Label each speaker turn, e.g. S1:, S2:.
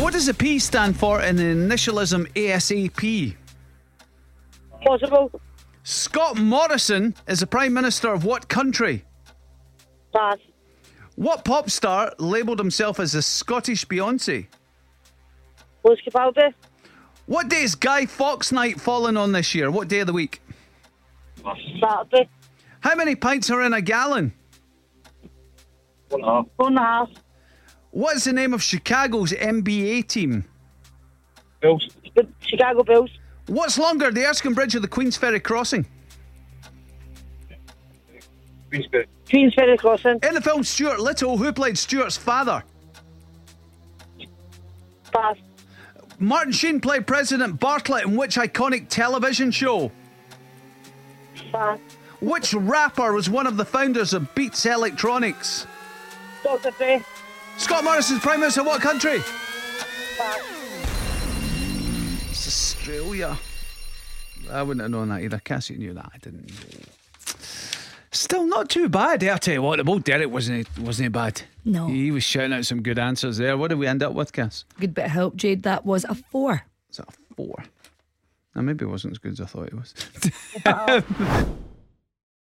S1: What does the P stand for in the initialism ASAP?
S2: Possible.
S1: Scott Morrison is the Prime Minister of what country?
S2: Pass.
S1: What pop star labelled himself as the Scottish Beyonce?
S2: Luis Capaldi.
S1: What day is Guy Fawkes Night falling on this year? What day of the week?
S2: Saturday.
S1: How many pints are in a gallon?
S3: One and a half.
S2: One and a half.
S1: What's the name of Chicago's NBA team?
S3: Bills.
S2: The Chicago Bills.
S1: What's longer, the Erskine Bridge or the Queen's Ferry Crossing?
S3: Queensbury.
S2: Queensferry Crossing.
S1: In the film Stuart Little, who played Stuart's father?
S2: Pass.
S1: Martin Sheen played President Bartlett in which iconic television show?
S2: Pass.
S1: Which rapper was one of the founders of Beats Electronics?
S2: Dr. Dre.
S1: Scott Morrison's Prime Minister of what country?
S2: Pass.
S1: It's Australia. I wouldn't have known that either. Cassie knew that. I didn't know. Still not too bad. I'll tell you what, the old Derek wasn't wasn't he bad.
S4: No.
S1: He was shouting out some good answers there. What did we end up with, Cass?
S4: Good bit of help, Jade. That was a four.
S1: Is that a four? Now maybe it wasn't as good as I thought it was.